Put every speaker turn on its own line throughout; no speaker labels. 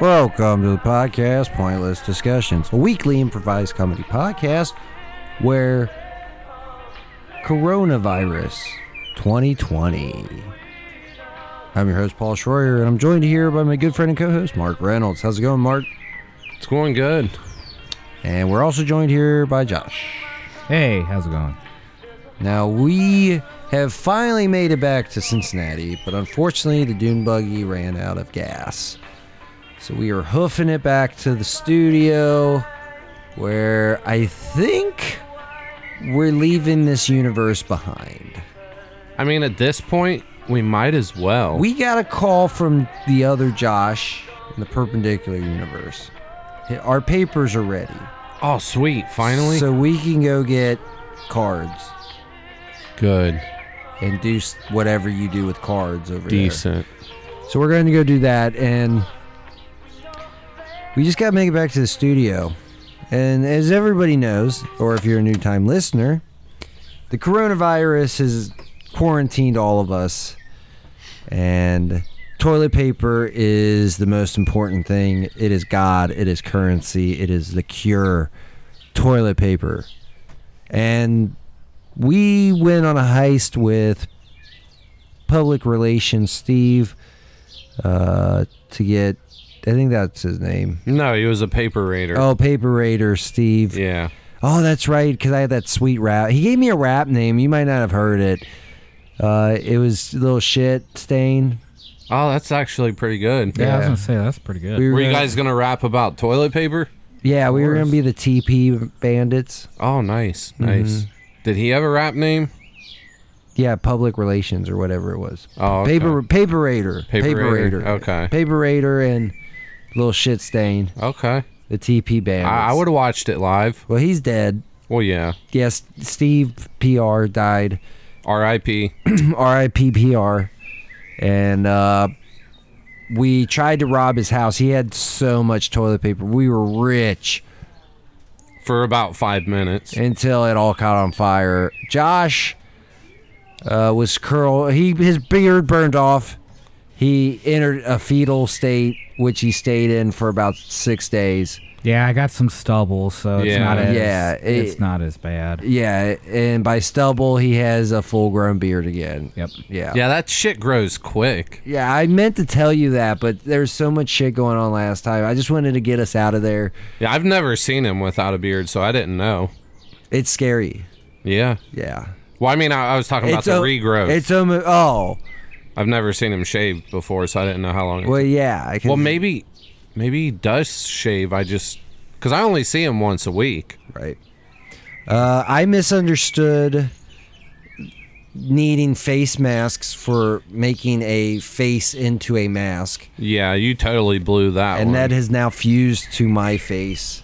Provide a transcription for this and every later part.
Welcome to the podcast Pointless Discussions, a weekly improvised comedy podcast where coronavirus 2020. I'm your host Paul Schroyer, and I'm joined here by my good friend and co-host Mark Reynolds. How's it going, Mark?
It's going good.
And we're also joined here by Josh.
Hey, how's it going?
Now we have finally made it back to Cincinnati, but unfortunately the dune buggy ran out of gas. So we are hoofing it back to the studio where I think we're leaving this universe behind.
I mean, at this point, we might as well.
We got a call from the other Josh in the perpendicular universe. Our papers are ready.
oh, sweet. Finally.
So we can go get cards
good.
and do s- whatever you do with cards over there.
Decent.
So we're going to go do that, and we just got to make it back to the studio. And as everybody knows, or if you're a new time listener, the coronavirus has quarantined all of us, and toilet paper is the most important thing. It is God, it is currency, it is the cure. Toilet paper. And we went on a heist with public relations Steve uh, to get I think that's his name.
No, he was a paper raider.
Oh, Paper Raider Steve.
Yeah.
Oh, that's right, because I had that sweet rap. He gave me a rap name. You might not have heard it. Uh, it was little shit stain.
Oh, that's actually pretty good.
Yeah, I was
Yeah.
gonna say that's pretty good.
We
Were you
gonna-
guys gonna rap about toilet paper?
Yeah, we were gonna be the TP bandits.
Oh, nice,
Mm-hmm.
nice. Did he have a rap name?
Yeah, public relations or whatever it was.
Oh, okay.
Paper Paper Raider.
Paper Raider, okay.
Paper Raider and little shit stain.
Okay.
The TP bandits.
I, I would have watched it live.
Well, he's dead.
Well, yeah.
Yes, Steve PR died.
R.I.P.
R.I.P.P.R. And uh, we tried to rob his house. He had so much toilet paper. We were rich
for about five minutes.
until it all caught on fire. Josh uh, was curl. He his beard burned off. He entered a fetal state, which he stayed in for about six days.
yeah, I got some stubble, so it's
Yeah.
not as
Yeah, it-
it's not as bad.
Yeah, and by stubble, he has a full-grown beard again.
Yep.
Yeah.
Yeah, that shit grows quick.
Yeah, I meant to tell you that, but there's so much shit going on last time. I just wanted to get us out of there.
Yeah, I've never seen him without a beard, so I didn't know.
It's scary.
Yeah.
Yeah.
Well, I mean, I, I was talking about
it's
the
o-
regrowth.
It's almost. Oh,
I've never seen him shaved before, so I didn't know how long. It
well, yeah. I can,
Well, maybe, maybe he does shave. I just because I only see him once a week.
Right. Uh, I misunderstood needing face masks for making a face into a mask,
Yeah, you totally blew that
and
one.
that has now fused to my face.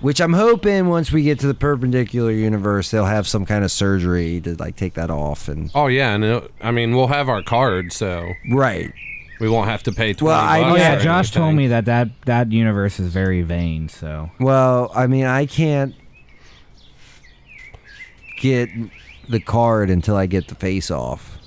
Which I'm hoping once we get to the perpendicular universe, they'll have some kind of surgery to like take that off and
oh yeah, and it, I mean we'll have our card, so
right.
we won't have to pay twenty.
Well, I-
bucks
Oh
yeah,
yeah,
or
Josh told
anything.
me that, that that universe is very vain. So
Well, I mean, I can't get the card until I get the face off.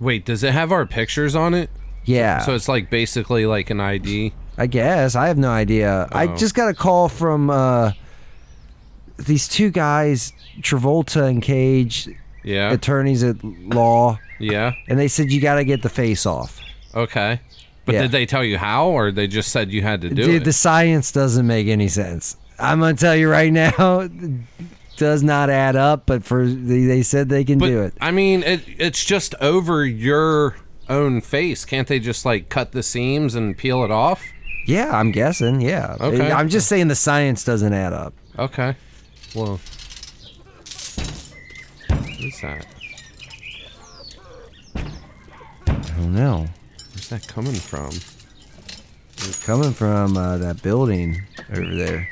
Wait, does it have our pictures on it?
Yeah,
So it's like basically like an ID.
I guess I have no idea. I
Oh.
just got a call from uh, these two guys, Travolta and Cage,
Yeah.
attorneys at law,
Yeah.
and they said you got to get the face off.
Okay. But
Yeah.
did they tell you how, or they just said you had to do
Dude,
it?
the science doesn't make any sense. I'm gonna tell you right now, it does not add up. But for they they said they can
but,
do it.
I mean, it, it's just over your own face. Can't they just like cut the seams and peel it off?
Yeah, I'm guessing. Yeah.
Okay.
I'm just saying the science doesn't add up.
Okay. Well, what's that?
I don't know.
Where's that coming from?
It's coming from uh, that building over there.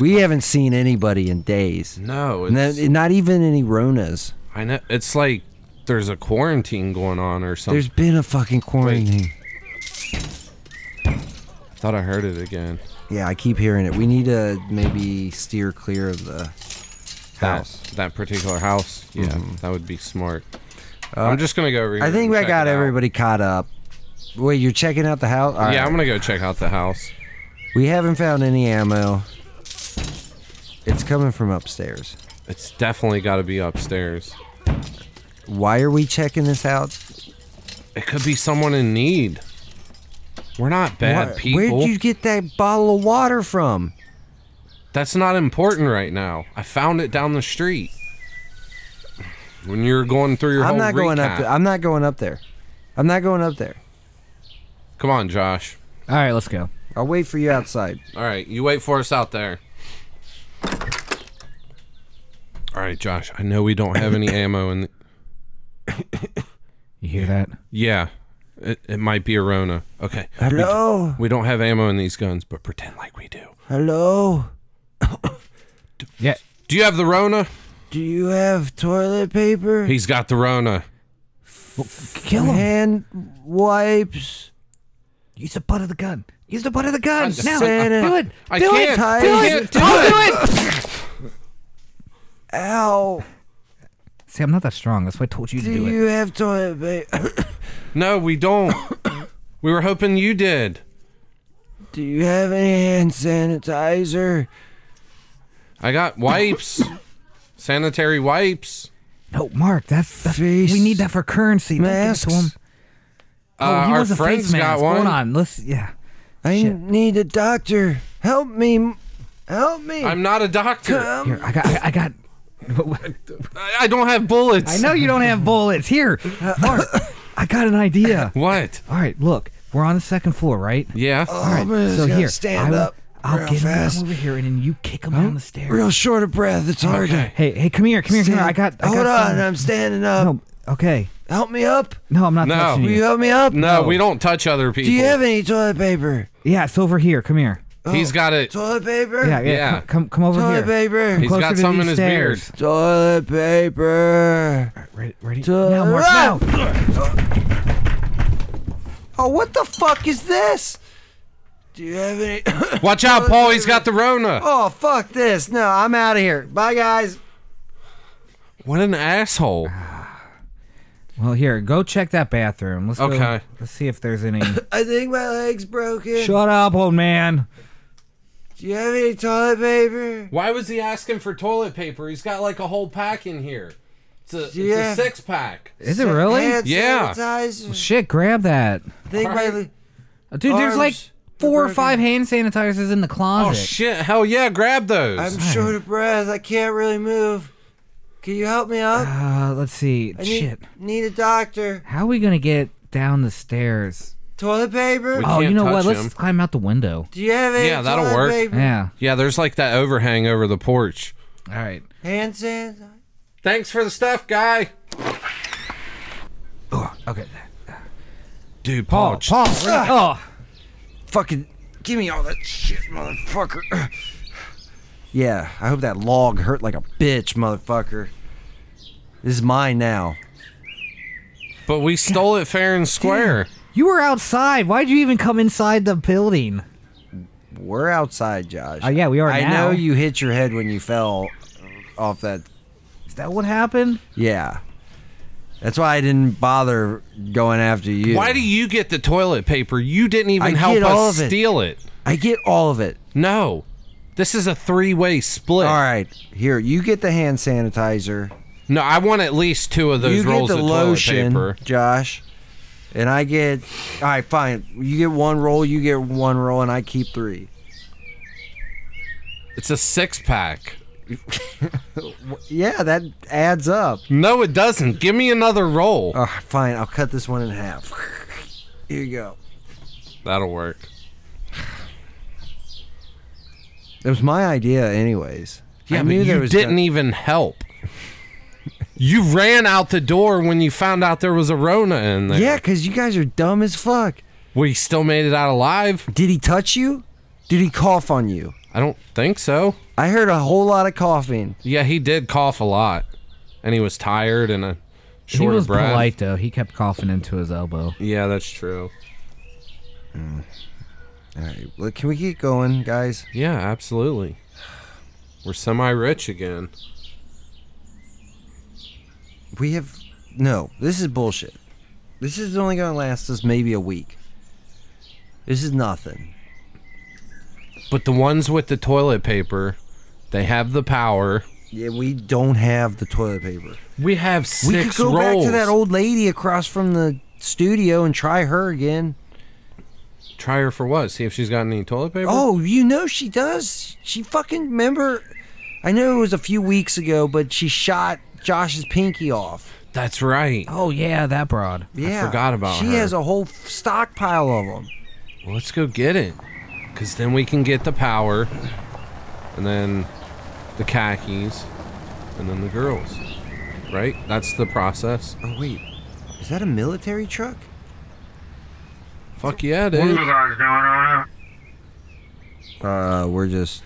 We haven't seen anybody in days.
No,
No,
it's,
not even any Ronas.
I know. It's like there's a quarantine going on or something.
There's been a fucking quarantine.
I thought I heard it again.
Yeah, I keep hearing it. We need to maybe steer clear of the
That-
house. Mm-hmm.
That, particular house. Yeah, that would be smart. I'm just gonna go over here.
Uh, I think
and
I
check
got
it out.
everybody caught up. Wait, you're checking out the house? All
yeah,
right.
I'm gonna go check out the house.
We haven't found any ammo. It's coming from upstairs.
It's definitely got to be upstairs.
Why are we checking this out?
It could be someone in need. We're not bad
Why-
people.
Where'd you get that bottle of water from?
That's not important right now. I found it down the street. When you're going through your
I'm
whole
not going up.
recap.
Th- I'm not going up there. I'm not going up there.
Come on, Josh.
All right, let's go.
I'll wait for you outside.
All right, you wait for us out there. All right, Josh. I know we don't have any ammo, and
You hear that?
yeah, it, it might be a Rona. Okay,
Hello,
we don't have ammo in these guns, but pretend like we do.
hello.
Yeah.
Do you have the Rona?
Do you have toilet paper?
He's got the Rona.
Kill
Hand wipes.
Use the butt of the gun. Use the butt of the gun.
I-
now.
I-
I-
do it.
I
do
can't.
it.
Ty.
Do
I
it.
can't do
I'll do it.
Ow.
See, I'm not that strong. That's why I told you to
Do
do it.
you have toilet paper?
No, we don't. we were hoping you did.
Do you have any hand sanitizer?
I got wipes, sanitary wipes.
No, Mark, that's, that's
Face
we need that for currency. Don't give it to
masks?
him.
uh,
oh, he
our
wants a
friends
face mask.
got one.
Hold on, let's yeah.
I
Shit.
need a doctor. Help me. m- Help me.
I'm not a doctor.
Come.
Here, I got, I, I got.
I I don't have bullets.
I know you don't have bullets. Here, Mark, I got an idea.
What?
All right, look, we're on the second floor, right?
Yeah.
Oh, man, it's
so
gotta
here,
stand
I will,
up
I'll
real
get
fast.
him to come over here, and then you kick him down the stairs.
Real short of breath. It's hard
Okay.
to.
Hey, hey, come here, come here, come here.
stand-
I got, I
Hold
got.
on.
something.
I'm standing up.
No, okay.
Help me up.
No, I'm not
No.
touching
Will
you.
you help me up?
No, we don't touch other people.
Do you have any toilet paper?
Yeah, it's over here. Come here.
He's got it.
Oh,
Toilet paper?
Yeah, yeah.
Yeah.
Come, come, come over
Toilet
here.
paper.
He's
Closer
got
to
some
these
in his beard.
stairs.
Toilet paper.
Ready? ready?
To-
Now, Mark,
Ah!
now.
Oh, what the fuck is this? Do you have any?
Watch out, Paul. He's got the Rona.
oh, fuck this. No, I'm out of here. Bye, guys.
What an asshole.
Well, here, go check that bathroom. Let's
Okay.
Go, let's see if there's any.
I think my leg's broken.
Shut up, old man.
Do you have any toilet paper?
Why was he asking for toilet paper? He's got like a whole pack in here. It's a, it's
Yeah.
a six pack.
Is it really?
Hand
Yeah.
sanitizer.
Shit, grab that,
I think my le-
dude. there's like
Arms
four or
broken.
five hand sanitizers in the
Oh,
closet.
shit. Hell yeah. Grab those.
I'm short of breath. I can't really move. Can you help me up?
Uh, let's see.
I need,
shit.
need a doctor.
How are we gonna get down the stairs?
Toilet paper?
We
Oh,
can't
you know what?
touch him.
Let's climb out the window.
Do you have any
Yeah, that'll
toilet
work.
paper?
Yeah.
yeah, there's like that overhang over the porch.
All right.
Hand sanitizer?
Thanks for the stuff, guy.
Okay.
Dude,
Paul.
Paul.
Paul. Oh.
Fucking give me all that shit, motherfucker. Yeah, I hope that log hurt like a bitch, motherfucker. This is mine now.
But we stole it fair and square.
You were outside. Why'd you even come inside the building?
We're outside, Josh.
Oh, yeah, we are
I
now.
know you hit your head when you fell off that.
Is that what happened?
Yeah. That's why I didn't bother going after you.
Why do you get the toilet paper? You didn't even
I
help
get all
us
of it.
steal it.
I get all of it.
No. This is a three way split.
All right, here you get the hand sanitizer.
No, I want at least two of those
you get
rolls
the
of
lotion,
toilet paper.
Josh, and I get. All right, fine. You get one roll. You get one roll, and I keep three.
It's a six pack.
Yeah, that adds up.
No, it doesn't. Give me another roll.
All right, fine. I'll cut this one in half. Here you go.
That'll work.
It was my idea, anyways.
Yeah,
I
but
knew
you
there was
didn't even help. You ran out the door when you found out there was a Rona in there.
Yeah, because you guys are dumb as fuck.
We still made it out alive?
Did he touch you? Did he cough on you?
I don't think so.
I heard a whole lot of coughing.
Yeah, he did cough a lot. And he was tired and a
he
short
was
of breath.
polite though. He kept coughing into his elbow.
Yeah, that's true.
All right, well, can we get going, guys?
Yeah, absolutely. We're semi rich again.
We have no. This is bullshit. This is only going to last us maybe a week. This is nothing.
But the ones with the toilet paper, they have the power.
Yeah, we don't have the toilet paper.
We have six
we could go back
rolls.
to that old lady across from the studio and try her again.
Try her for what? See if she's got any toilet paper.
Oh, you know she does. She fucking remember. I know it was a few weeks ago, but she shot Josh's pinky off.
that's right.
Oh yeah, that broad.
Yeah,
forgot about
she
her.
has a whole f- stockpile of them.
Well, let's go get it, cause then we can get the power, and then the khakis, and then the girls. Right? That's the process.
Oh wait, is that a military truck?
Fuck yeah,
What you
dude.
guys doing out
Uh, we're just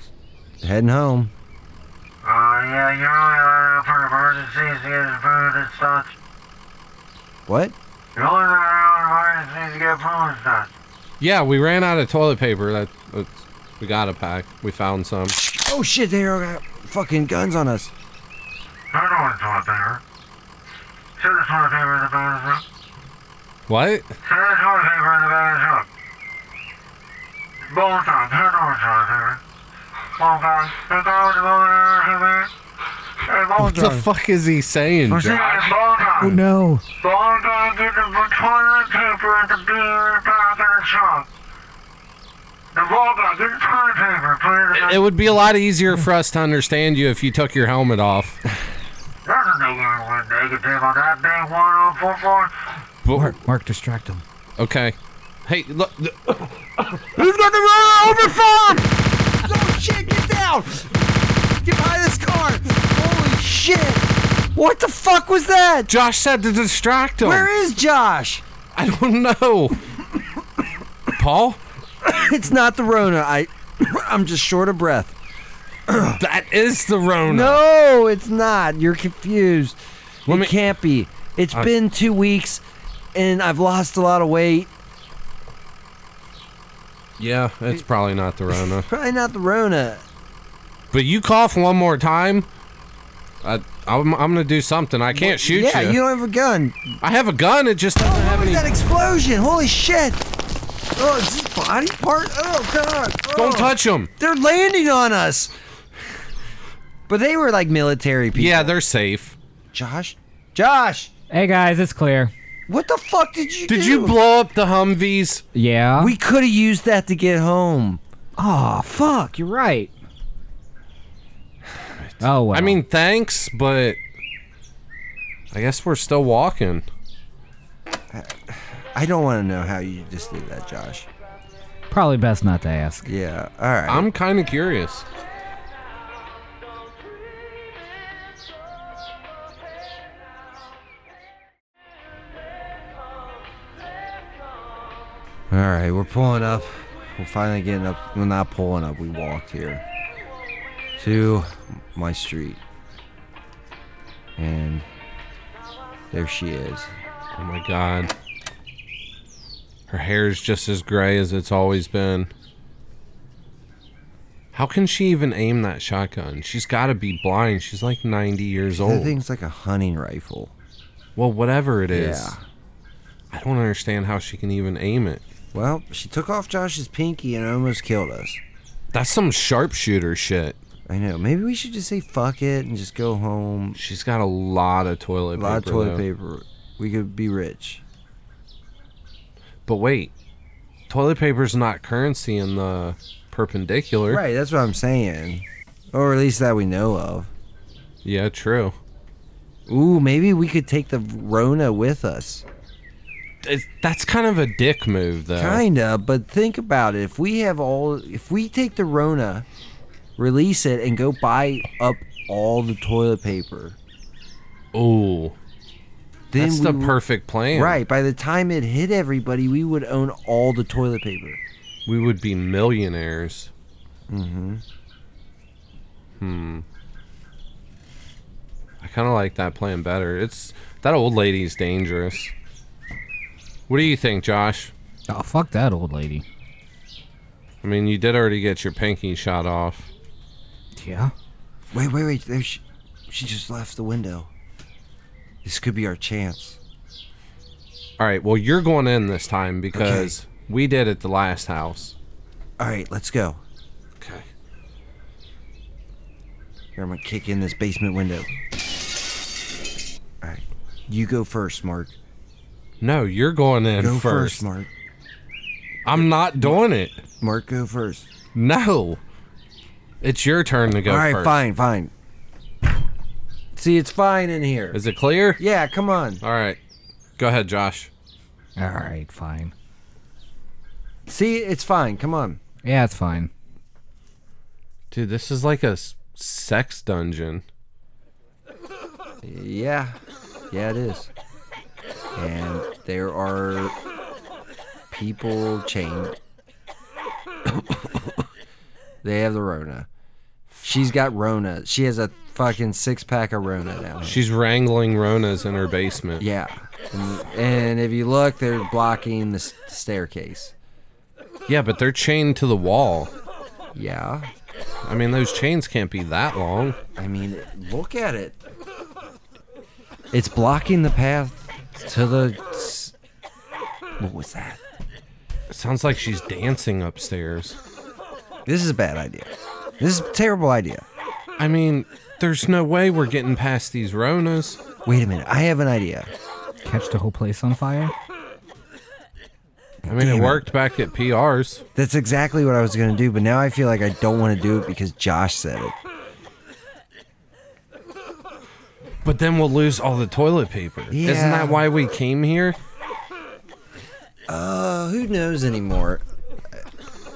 heading home.
here? Uh, yeah, you know, uh, for emergencies, to get food and such.
What?
You only got around emergencies to get food and such.
Yeah, we ran out of toilet paper. That that's, we got a pack. We found some.
Oh shit! They all got fucking guns on us.
I don't want toilet paper. Send the toilet paper in the bathroom.
What?
Send the toilet paper in the bathroom. Both on, turn over toilet paper. Both on, turn over the toilet paper.
What
Both
the
on.
fuck is he saying?
Where's
Josh?
Yeah, both on.
Oh no.
Long down to the toilet paper at the beer bathroom shop. The long down to the toilet paper, please.
It would be a lot easier for us to understand you if you took your helmet off.
There's a nigga with negative on that damn oh, 1044.
But,
Mark, Mark, distract him.
okay. Hey, look. th-
There's nothing wrong with the farm. Oh shit! Get down! Get behind this car! Holy shit! What the fuck was that?
Josh said to distract him.
Where is Josh?
I don't know. Paul,
It's not the Rona. I, I'm just short of breath.
that is the Rona.
No, it's not. You're confused.
Let
it
me-
can't be. It's
I-
been two weeks, and I've lost a lot of weight.
Yeah, it's probably not the Rona.
Probably not the Rona.
But you cough one more time, I, I'm, I'm gonna do something. I can't shoot
yeah,
you.
you don't have a gun.
I have a gun. It just
Oh,
doesn't
what
have
was
any.
that explosion? Holy shit! Oh, is this body part? Oh god! Oh.
Don't touch him.
They're landing on us. But they were like military people.
Yeah, they're safe.
Josh, Josh,
Hey guys, it's clear.
what the fuck did you do?
Did you blow up the Humvees?
Yeah.
We could have used that to get home.
oh fuck, you're right. Oh well.
I mean, thanks, but I guess we're still walking.
I don't want to know how you just did that, Josh.
probably best not to ask.
Yeah. All right.
I'm kind of curious.
All right. We're pulling up. We're finally getting up. We're not pulling up. We walked here to my street, and there she is.
Oh my god. Her hair's just as gray as it's always been. How can she even aim that shotgun? She's got to be blind. She's like 90 years
That
old.
thing's like a hunting rifle.
well, whatever it is.
Yeah.
I don't understand how she can even aim it.
Well, she took off Josh's pinky and almost killed us.
That's some sharpshooter shit.
I know. Maybe we should just say fuck it and just go home.
She's got a lot of toilet
A
paper.
lot of toilet
though.
paper. We could be rich.
But wait. Toilet paper's not currency in the perpendicular.
Right, that's what I'm saying. Or at least that we know of.
Yeah, true.
Ooh, maybe we could take the Rona with us.
It, that's kind of a dick move, though.
Kinda, but think about it. If we have all, if we take the Rona, release it, and go buy up all the toilet paper,
Ooh.
then
That's
we
the
w-
perfect plan.
Right. By the time it hit everybody, we would own all the toilet paper.
We would be millionaires. Mm-hmm. Hmm. I kinda like that plan better. It's that old lady's dangerous. What do you think, Josh?
Oh fuck that old lady.
I mean you did already get your pinky shot off.
Yeah.
Wait, wait, wait. There she, she just left the window. This could be our chance.
All right. Well, you're going in this time because we did at the last house.
All right, let's go.
Okay.
Here, I'm gonna kick in this basement window. All right, you go first, Mark.
No, you're going in
Go
1st
first, Mark.
I'm not doing it.
Mark, go first.
No. It's your turn to go
All right,
first.
fine, fine. See, it's fine in here.
Is it clear?
Yeah, come on.
All right. Go ahead, Josh.
All right, fine.
See, it's fine. Come on.
Yeah, it's fine.
Dude, this is like a s- sex dungeon.
Yeah, yeah, it is. And there are people chained. they have the Rona. She's got Rona. She has a fucking six pack of Rona now.
She's wrangling Ronas in her basement.
Yeah. And, and if you look, they're blocking the s- staircase.
Yeah, but they're chained to the wall.
Yeah.
I mean, those chains can't be that long.
I mean, look at it. It's blocking the path to the. s- What was that?
It sounds like she's dancing upstairs.
This is a bad idea. This is a terrible idea.
I mean, there's no way we're getting past these Ronas.
Wait a minute. I have an idea.
Catch the whole place on fire?
I mean,
Damn
it
it.
worked back at PR's.
That's exactly what I was going to do, but now I feel like I don't want to do it because Josh said it.
But then we'll lose all the toilet paper. Isn't
Yeah.
that why we came here?
Uh, who knows anymore?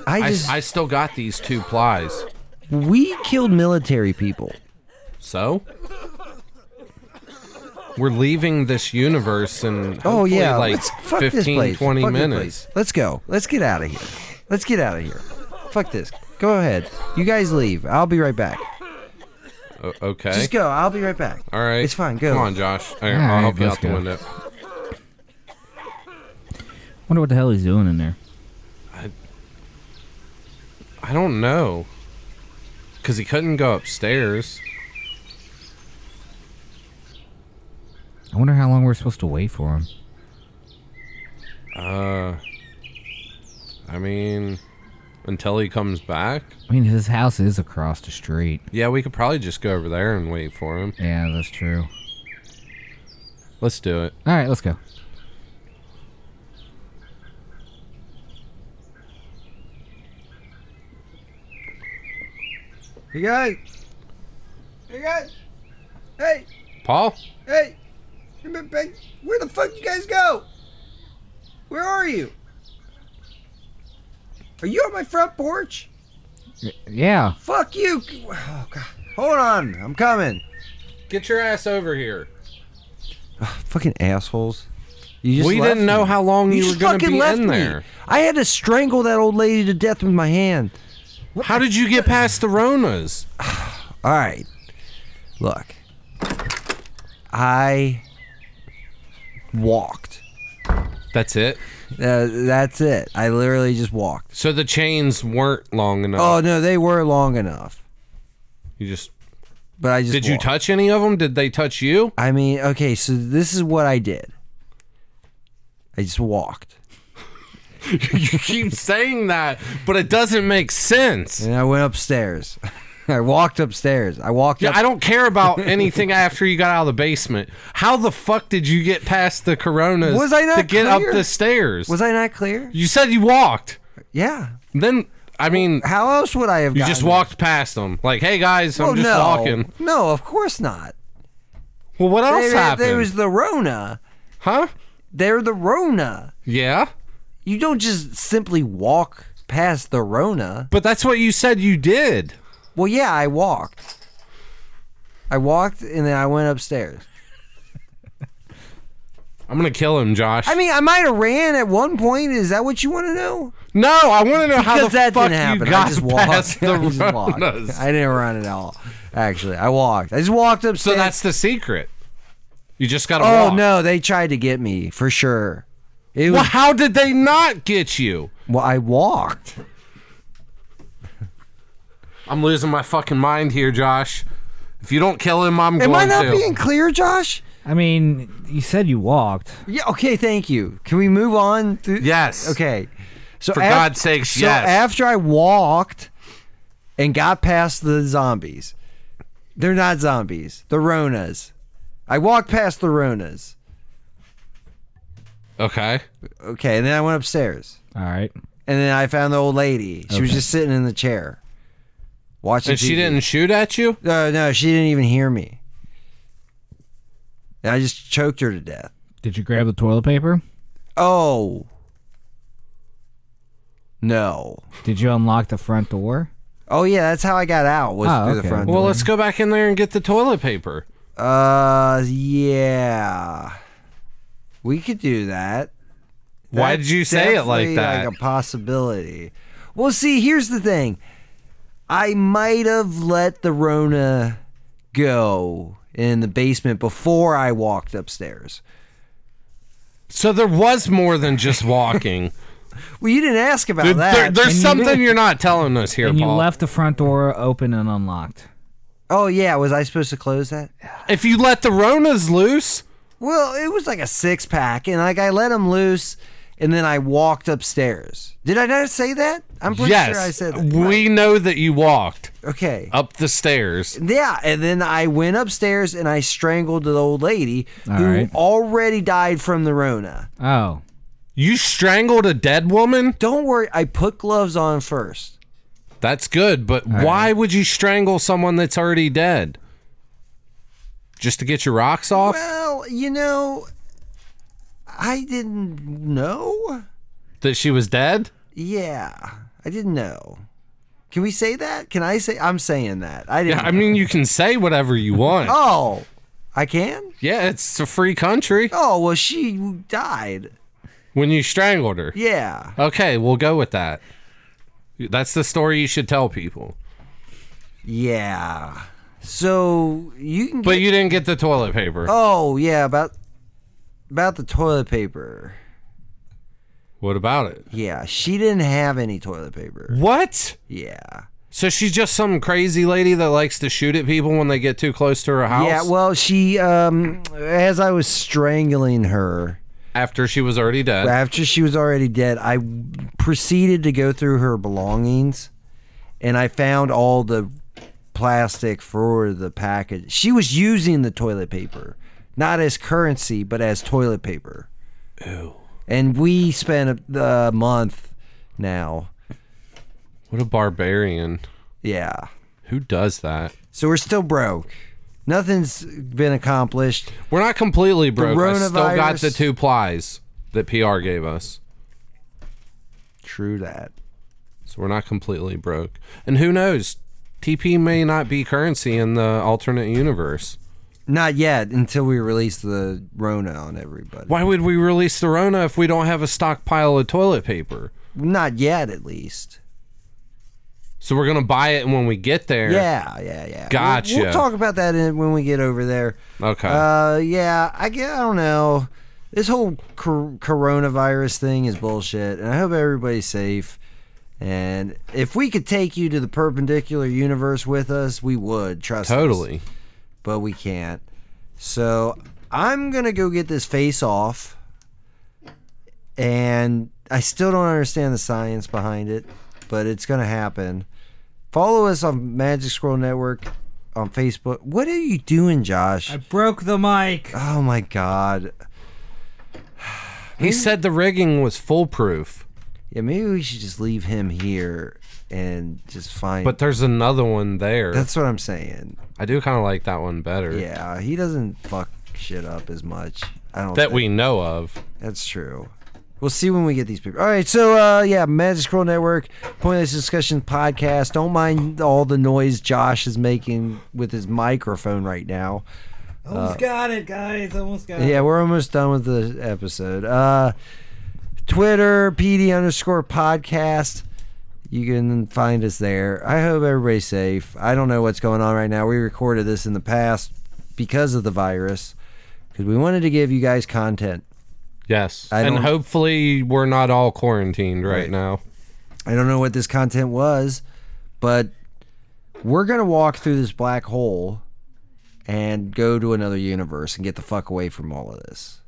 I
I,
just.
I still got these two plies.
we killed military people.
So? We're leaving this universe in
Oh
hopefully,
yeah,
like
let's, fuck this
15,
place.
20
Fuck this
minutes.
place. Let's go. Let's get out of here. Let's get out of here. Fuck this. Go ahead. You guys leave. I'll be right back.
O- okay.
Just go. I'll be right back.
All right.
It's fine. Go.
Come on, Josh. I,
All
I'll
right,
help you
let's
out the
go.
window.
Wonder what the hell he's doing in there.
I don't know. Because he couldn't go upstairs.
I wonder how long we're supposed to wait for him.
Uh, I mean, until he comes back.
I mean, his house is across the street.
Yeah, we could probably just go over there and wait for him.
Yeah, that's true.
Let's do it.
All right, let's go.
You guys. You guys. Hey.
Paul?
Hey. Where the fuck you guys go? Where are you? Are you on my front porch?
Yeah.
Fuck you. Oh god. Hold on. I'm coming.
Get your ass over here.
Fucking assholes. You just
we
left
didn't know
me.
how long you, were
just
going to
fucking
be
left
in
me.
there.
I had to strangle that old lady to death with my hand.
How did you get past the Ronas?
All right. Look. I walked.
That's it.
Uh, that's it. I literally just walked.
So the chains weren't long enough.
Oh, no, they were long enough.
you just
But I just
did you
walked.
touch any of them? Did they touch you?
I mean, okay, so this is what I did. I just walked.
you keep saying that, but it doesn't make sense.
And I went upstairs. I walked upstairs. I walked
Yeah,
up
I don't care about anything after you got out of the basement. How the fuck did you get past the coronas
Was I not
to get
clear?
up the stairs?
Was I not clear?
you said you walked.
Yeah.
Then I mean,
How else would I have
you
gotten
just
there?
walked past them. Like, hey guys, I'm
Well,
just
no.
walking.
No, of course not.
Well, what else
There,
happened?
there was the Rona.
huh?
They're the Rona.
Yeah.
You don't just simply walk past the Rona.
But that's what you said you did.
Well, yeah, I walked. I walked and then I went upstairs.
I'm gonna kill him, Josh.
I mean, I might have ran at one point. Is that what you want to know?
no, I want to know how the
Because that
fuck
didn't happen.
you got
I just walked.
past the
I just walked.
Ronas.
I didn't run at all. Actually, I walked. I just walked
So
upstairs.
that's the secret. You just gotta
Oh
walk.
no, they tried to get me for sure. It
Well,
was
how did they not get you?
well, I walked.
I'm losing my fucking mind here, Josh. If you don't kill him, I'm
Am
going
I not
to.
being clear, Josh?
I mean, you said you walked.
Yeah. Okay. Thank you. Can we move on? Through?
Yes.
Okay. So
For
af-
God's sakes,
so
yes.
after I walked and got past the zombies, they're not zombies. The Ronas. I walked past the Ronas.
Okay.
Okay. And then I went upstairs,
All right.
and then I found the old lady. She was just sitting in the chair, watching.
And she
TV.
didn't shoot at you?
No, no, she didn't even hear me. And I just choked her to death.
Did you grab the toilet paper?
Oh. No.
Did you unlock the front door?
Oh yeah, that's how I got out was
Oh,
through the
okay.
front
Well,
door.
let's go back in there and get the toilet paper.
Uh yeah. We could do that.
Why
That's
did you say it like
definitely,
that?
Like a possibility. Well, see, here's the thing. I might have let the Rona go in the basement before I walked upstairs.
so there was more than just walking.
Well, you didn't ask about
There-
that.
there- there's
And you-
something you, are not telling us here,
and you
Paul.
left the front door open and unlocked.
Oh yeah, was I supposed to close that?
If you let the Ronas loose,
Well, it was like a six pack, and like I let him loose, and then I walked upstairs. Did I not say that? I'm pretty
yes,
sure I said that.
we know that you walked
okay.
up the stairs.
yeah, and then I went upstairs and I strangled the old lady who
Alright.
already died from the Rona.
Oh.
You strangled a dead woman.
Don't worry, I put gloves on first.
That's good, but why would you strangle someone that's already dead? Just to get your rocks off?
Well, you know, I didn't know.
that she was dead?
Yeah, I didn't know. Can we say that? Can I say? I'm saying that. I didn't.
Yeah, I mean, you can say whatever you want.
oh, I can.
Yeah, it's a free country.
Oh well, she died.
When you strangled her.
Yeah.
Okay, we'll go with that. That's the story you should tell people.
Yeah. So you can.
But
get-
you didn't get the toilet paper.
oh yeah, about about the toilet paper.
What about it?
Yeah, she didn't have any toilet paper.
What?
Yeah.
So she's just some crazy lady that likes to shoot at people when they get too close to her house
Yeah. Well, she um, as I was strangling her
after she was already dead.
after she was already dead, I proceeded to go through her belongings, and I found all the plastic for the package. She was using the toilet paper, not as currency, but as toilet paper.
Ew.
and we spent a, a month now.
What a barbarian.
Yeah.
Who does that?
So we're still broke. Nothing's been accomplished.
We're not completely broke. I still got
coronavirus-
the two plies that PR gave us.
True that.
So we're not completely broke. And who knows? TP may not be currency in the alternate universe.
Not yet until we release the Rona on everybody.
Why would we release the Rona if we don't have a stockpile of toilet paper?
Not yet, at least.
So we're gonna buy it when we get there.
Yeah, yeah, yeah. We'll-
Gotcha.
We'll, talk about that in, when we get over there.
Okay.
Uh, yeah. I gue- I don't know. This whole cor- coronavirus thing is bullshit, and I hope everybody's safe. And if we could take you to the perpendicular universe with us, we would. Trust us.
totally.
but we can't. So I'm gonna go get this face off, and I still don't understand the science behind it, but it's gonna happen. Follow us on Magic Scroll Network on Facebook. What are you doing, Josh?
broke the mic.
oh my God!
He said the rigging was foolproof,
Yeah, maybe we should just leave him here and just find.
but there's another one there.
that's what I'm saying.
I do kind of like that one better.
Yeah, he doesn't fuck shit up as much. I don't.
That
think.
we know of.
That's true. We'll see when we get these people. All right, so uh, yeah, Magic Scroll Network, Pointless Discussion podcast. Don't mind all the noise Josh is making with his microphone right now.
Almost got it, guys. Almost got
Yeah, we're almost done with the episode. Uh, Twitter, PD underscore podcast. You can find us there. I hope everybody's safe. I don't know what's going on right now. We recorded this in the past because of the virus, because we wanted to give you guys content.
Yes.
I
and
don't-
hopefully we're not all quarantined right,
Right.
now.
I don't know what this content was, but we're gonna walk through this black hole and go to another universe and get the fuck away from all of this.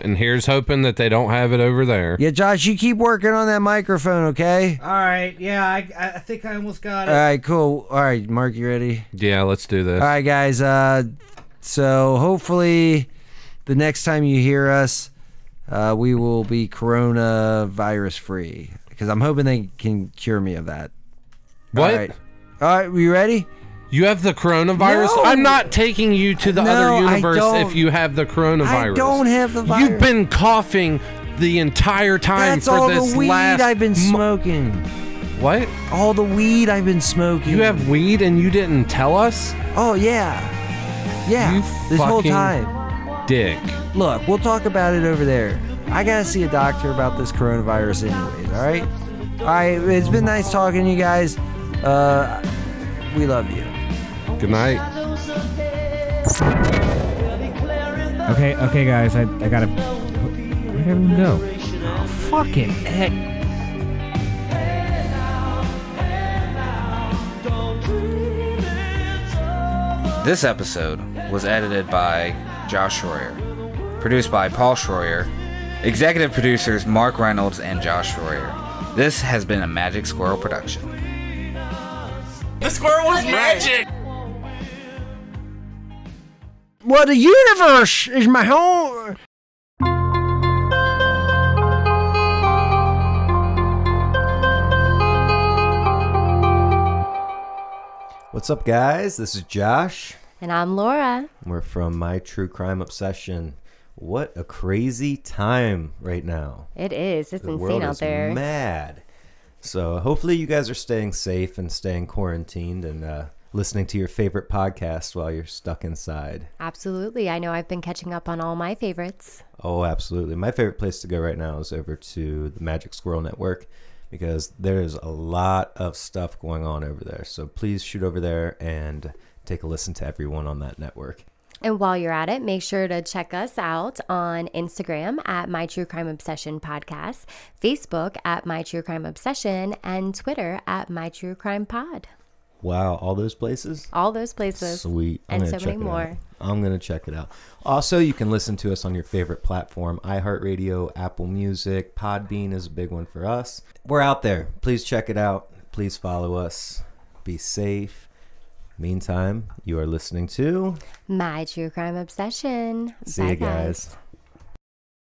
And here's hoping that they don't have it over there.
Yeah, Josh, you keep working on that microphone, okay?
All right. Yeah, I, I I think I almost got it.
All right, cool. All right, Mark, you ready?
Yeah, let's do this.
All right, guys. Uh, so hopefully, the next time you hear us, uh, we will be coronavirus free because I'm hoping they can cure me of that.
what?
All right. All right, you ready?
You have the coronavirus?
No.
I'm not taking you to the
No, I
other universe
don't.
if you have the coronavirus.
I don't have the virus.
You've been coughing the entire time
That's
for
all
this
the weed
last
I've been
mo-
smoking.
What?
all the weed I've been smoking.
You have weed and you didn't tell us?
Oh yeah, yeah.
You
this whole
fucking-
time.
Dick.
Look, we'll talk about it over there. I gotta see a doctor about this coronavirus, anyways. All right. All right. It's been nice talking to you guys. Uh, we love you.
Good night.
Okay, okay, guys, I, I gotta. Where'd everyone go? Oh, fucking heck.
This episode was edited by Josh Schroyer, produced by Paul Schroyer, executive producers Mark Reynolds and Josh Schroyer. This has been a Magic Squirrel production.
What a universe is my home.
What's up, guys? This is Josh.
And I'm Laura.
We're from My True Crime Obsession. What a crazy time right now.
It is. It's
The
insane
world
out
is
there.
mad. So hopefully you guys are staying safe and staying quarantined and uh, listening to your favorite podcast while you're stuck inside.
Absolutely. I know I've been catching up on all my favorites.
Oh, absolutely. My favorite place to go right now is over to the Magic Squirrel Network because there's a lot of stuff going on over there. So please shoot over there and take a listen to everyone on that network.
And while you're at it, make sure to check us out on Instagram at My True Crime Obsession Podcast, Facebook at My True Crime Obsession, and Twitter at My True Crime Pod.
Wow, all those places?
All those places.
Sweet. I'm gonna
and so many
check it
more.
out. I'm going to check it out. Also, you can listen to us on your favorite platform iHeartRadio, Apple Music, Podbean is a big one for us. We're out there. Please check it out. Please follow us. Be safe. Meantime, you are listening to.
My True Crime Obsession.
See
Bye,
you guys.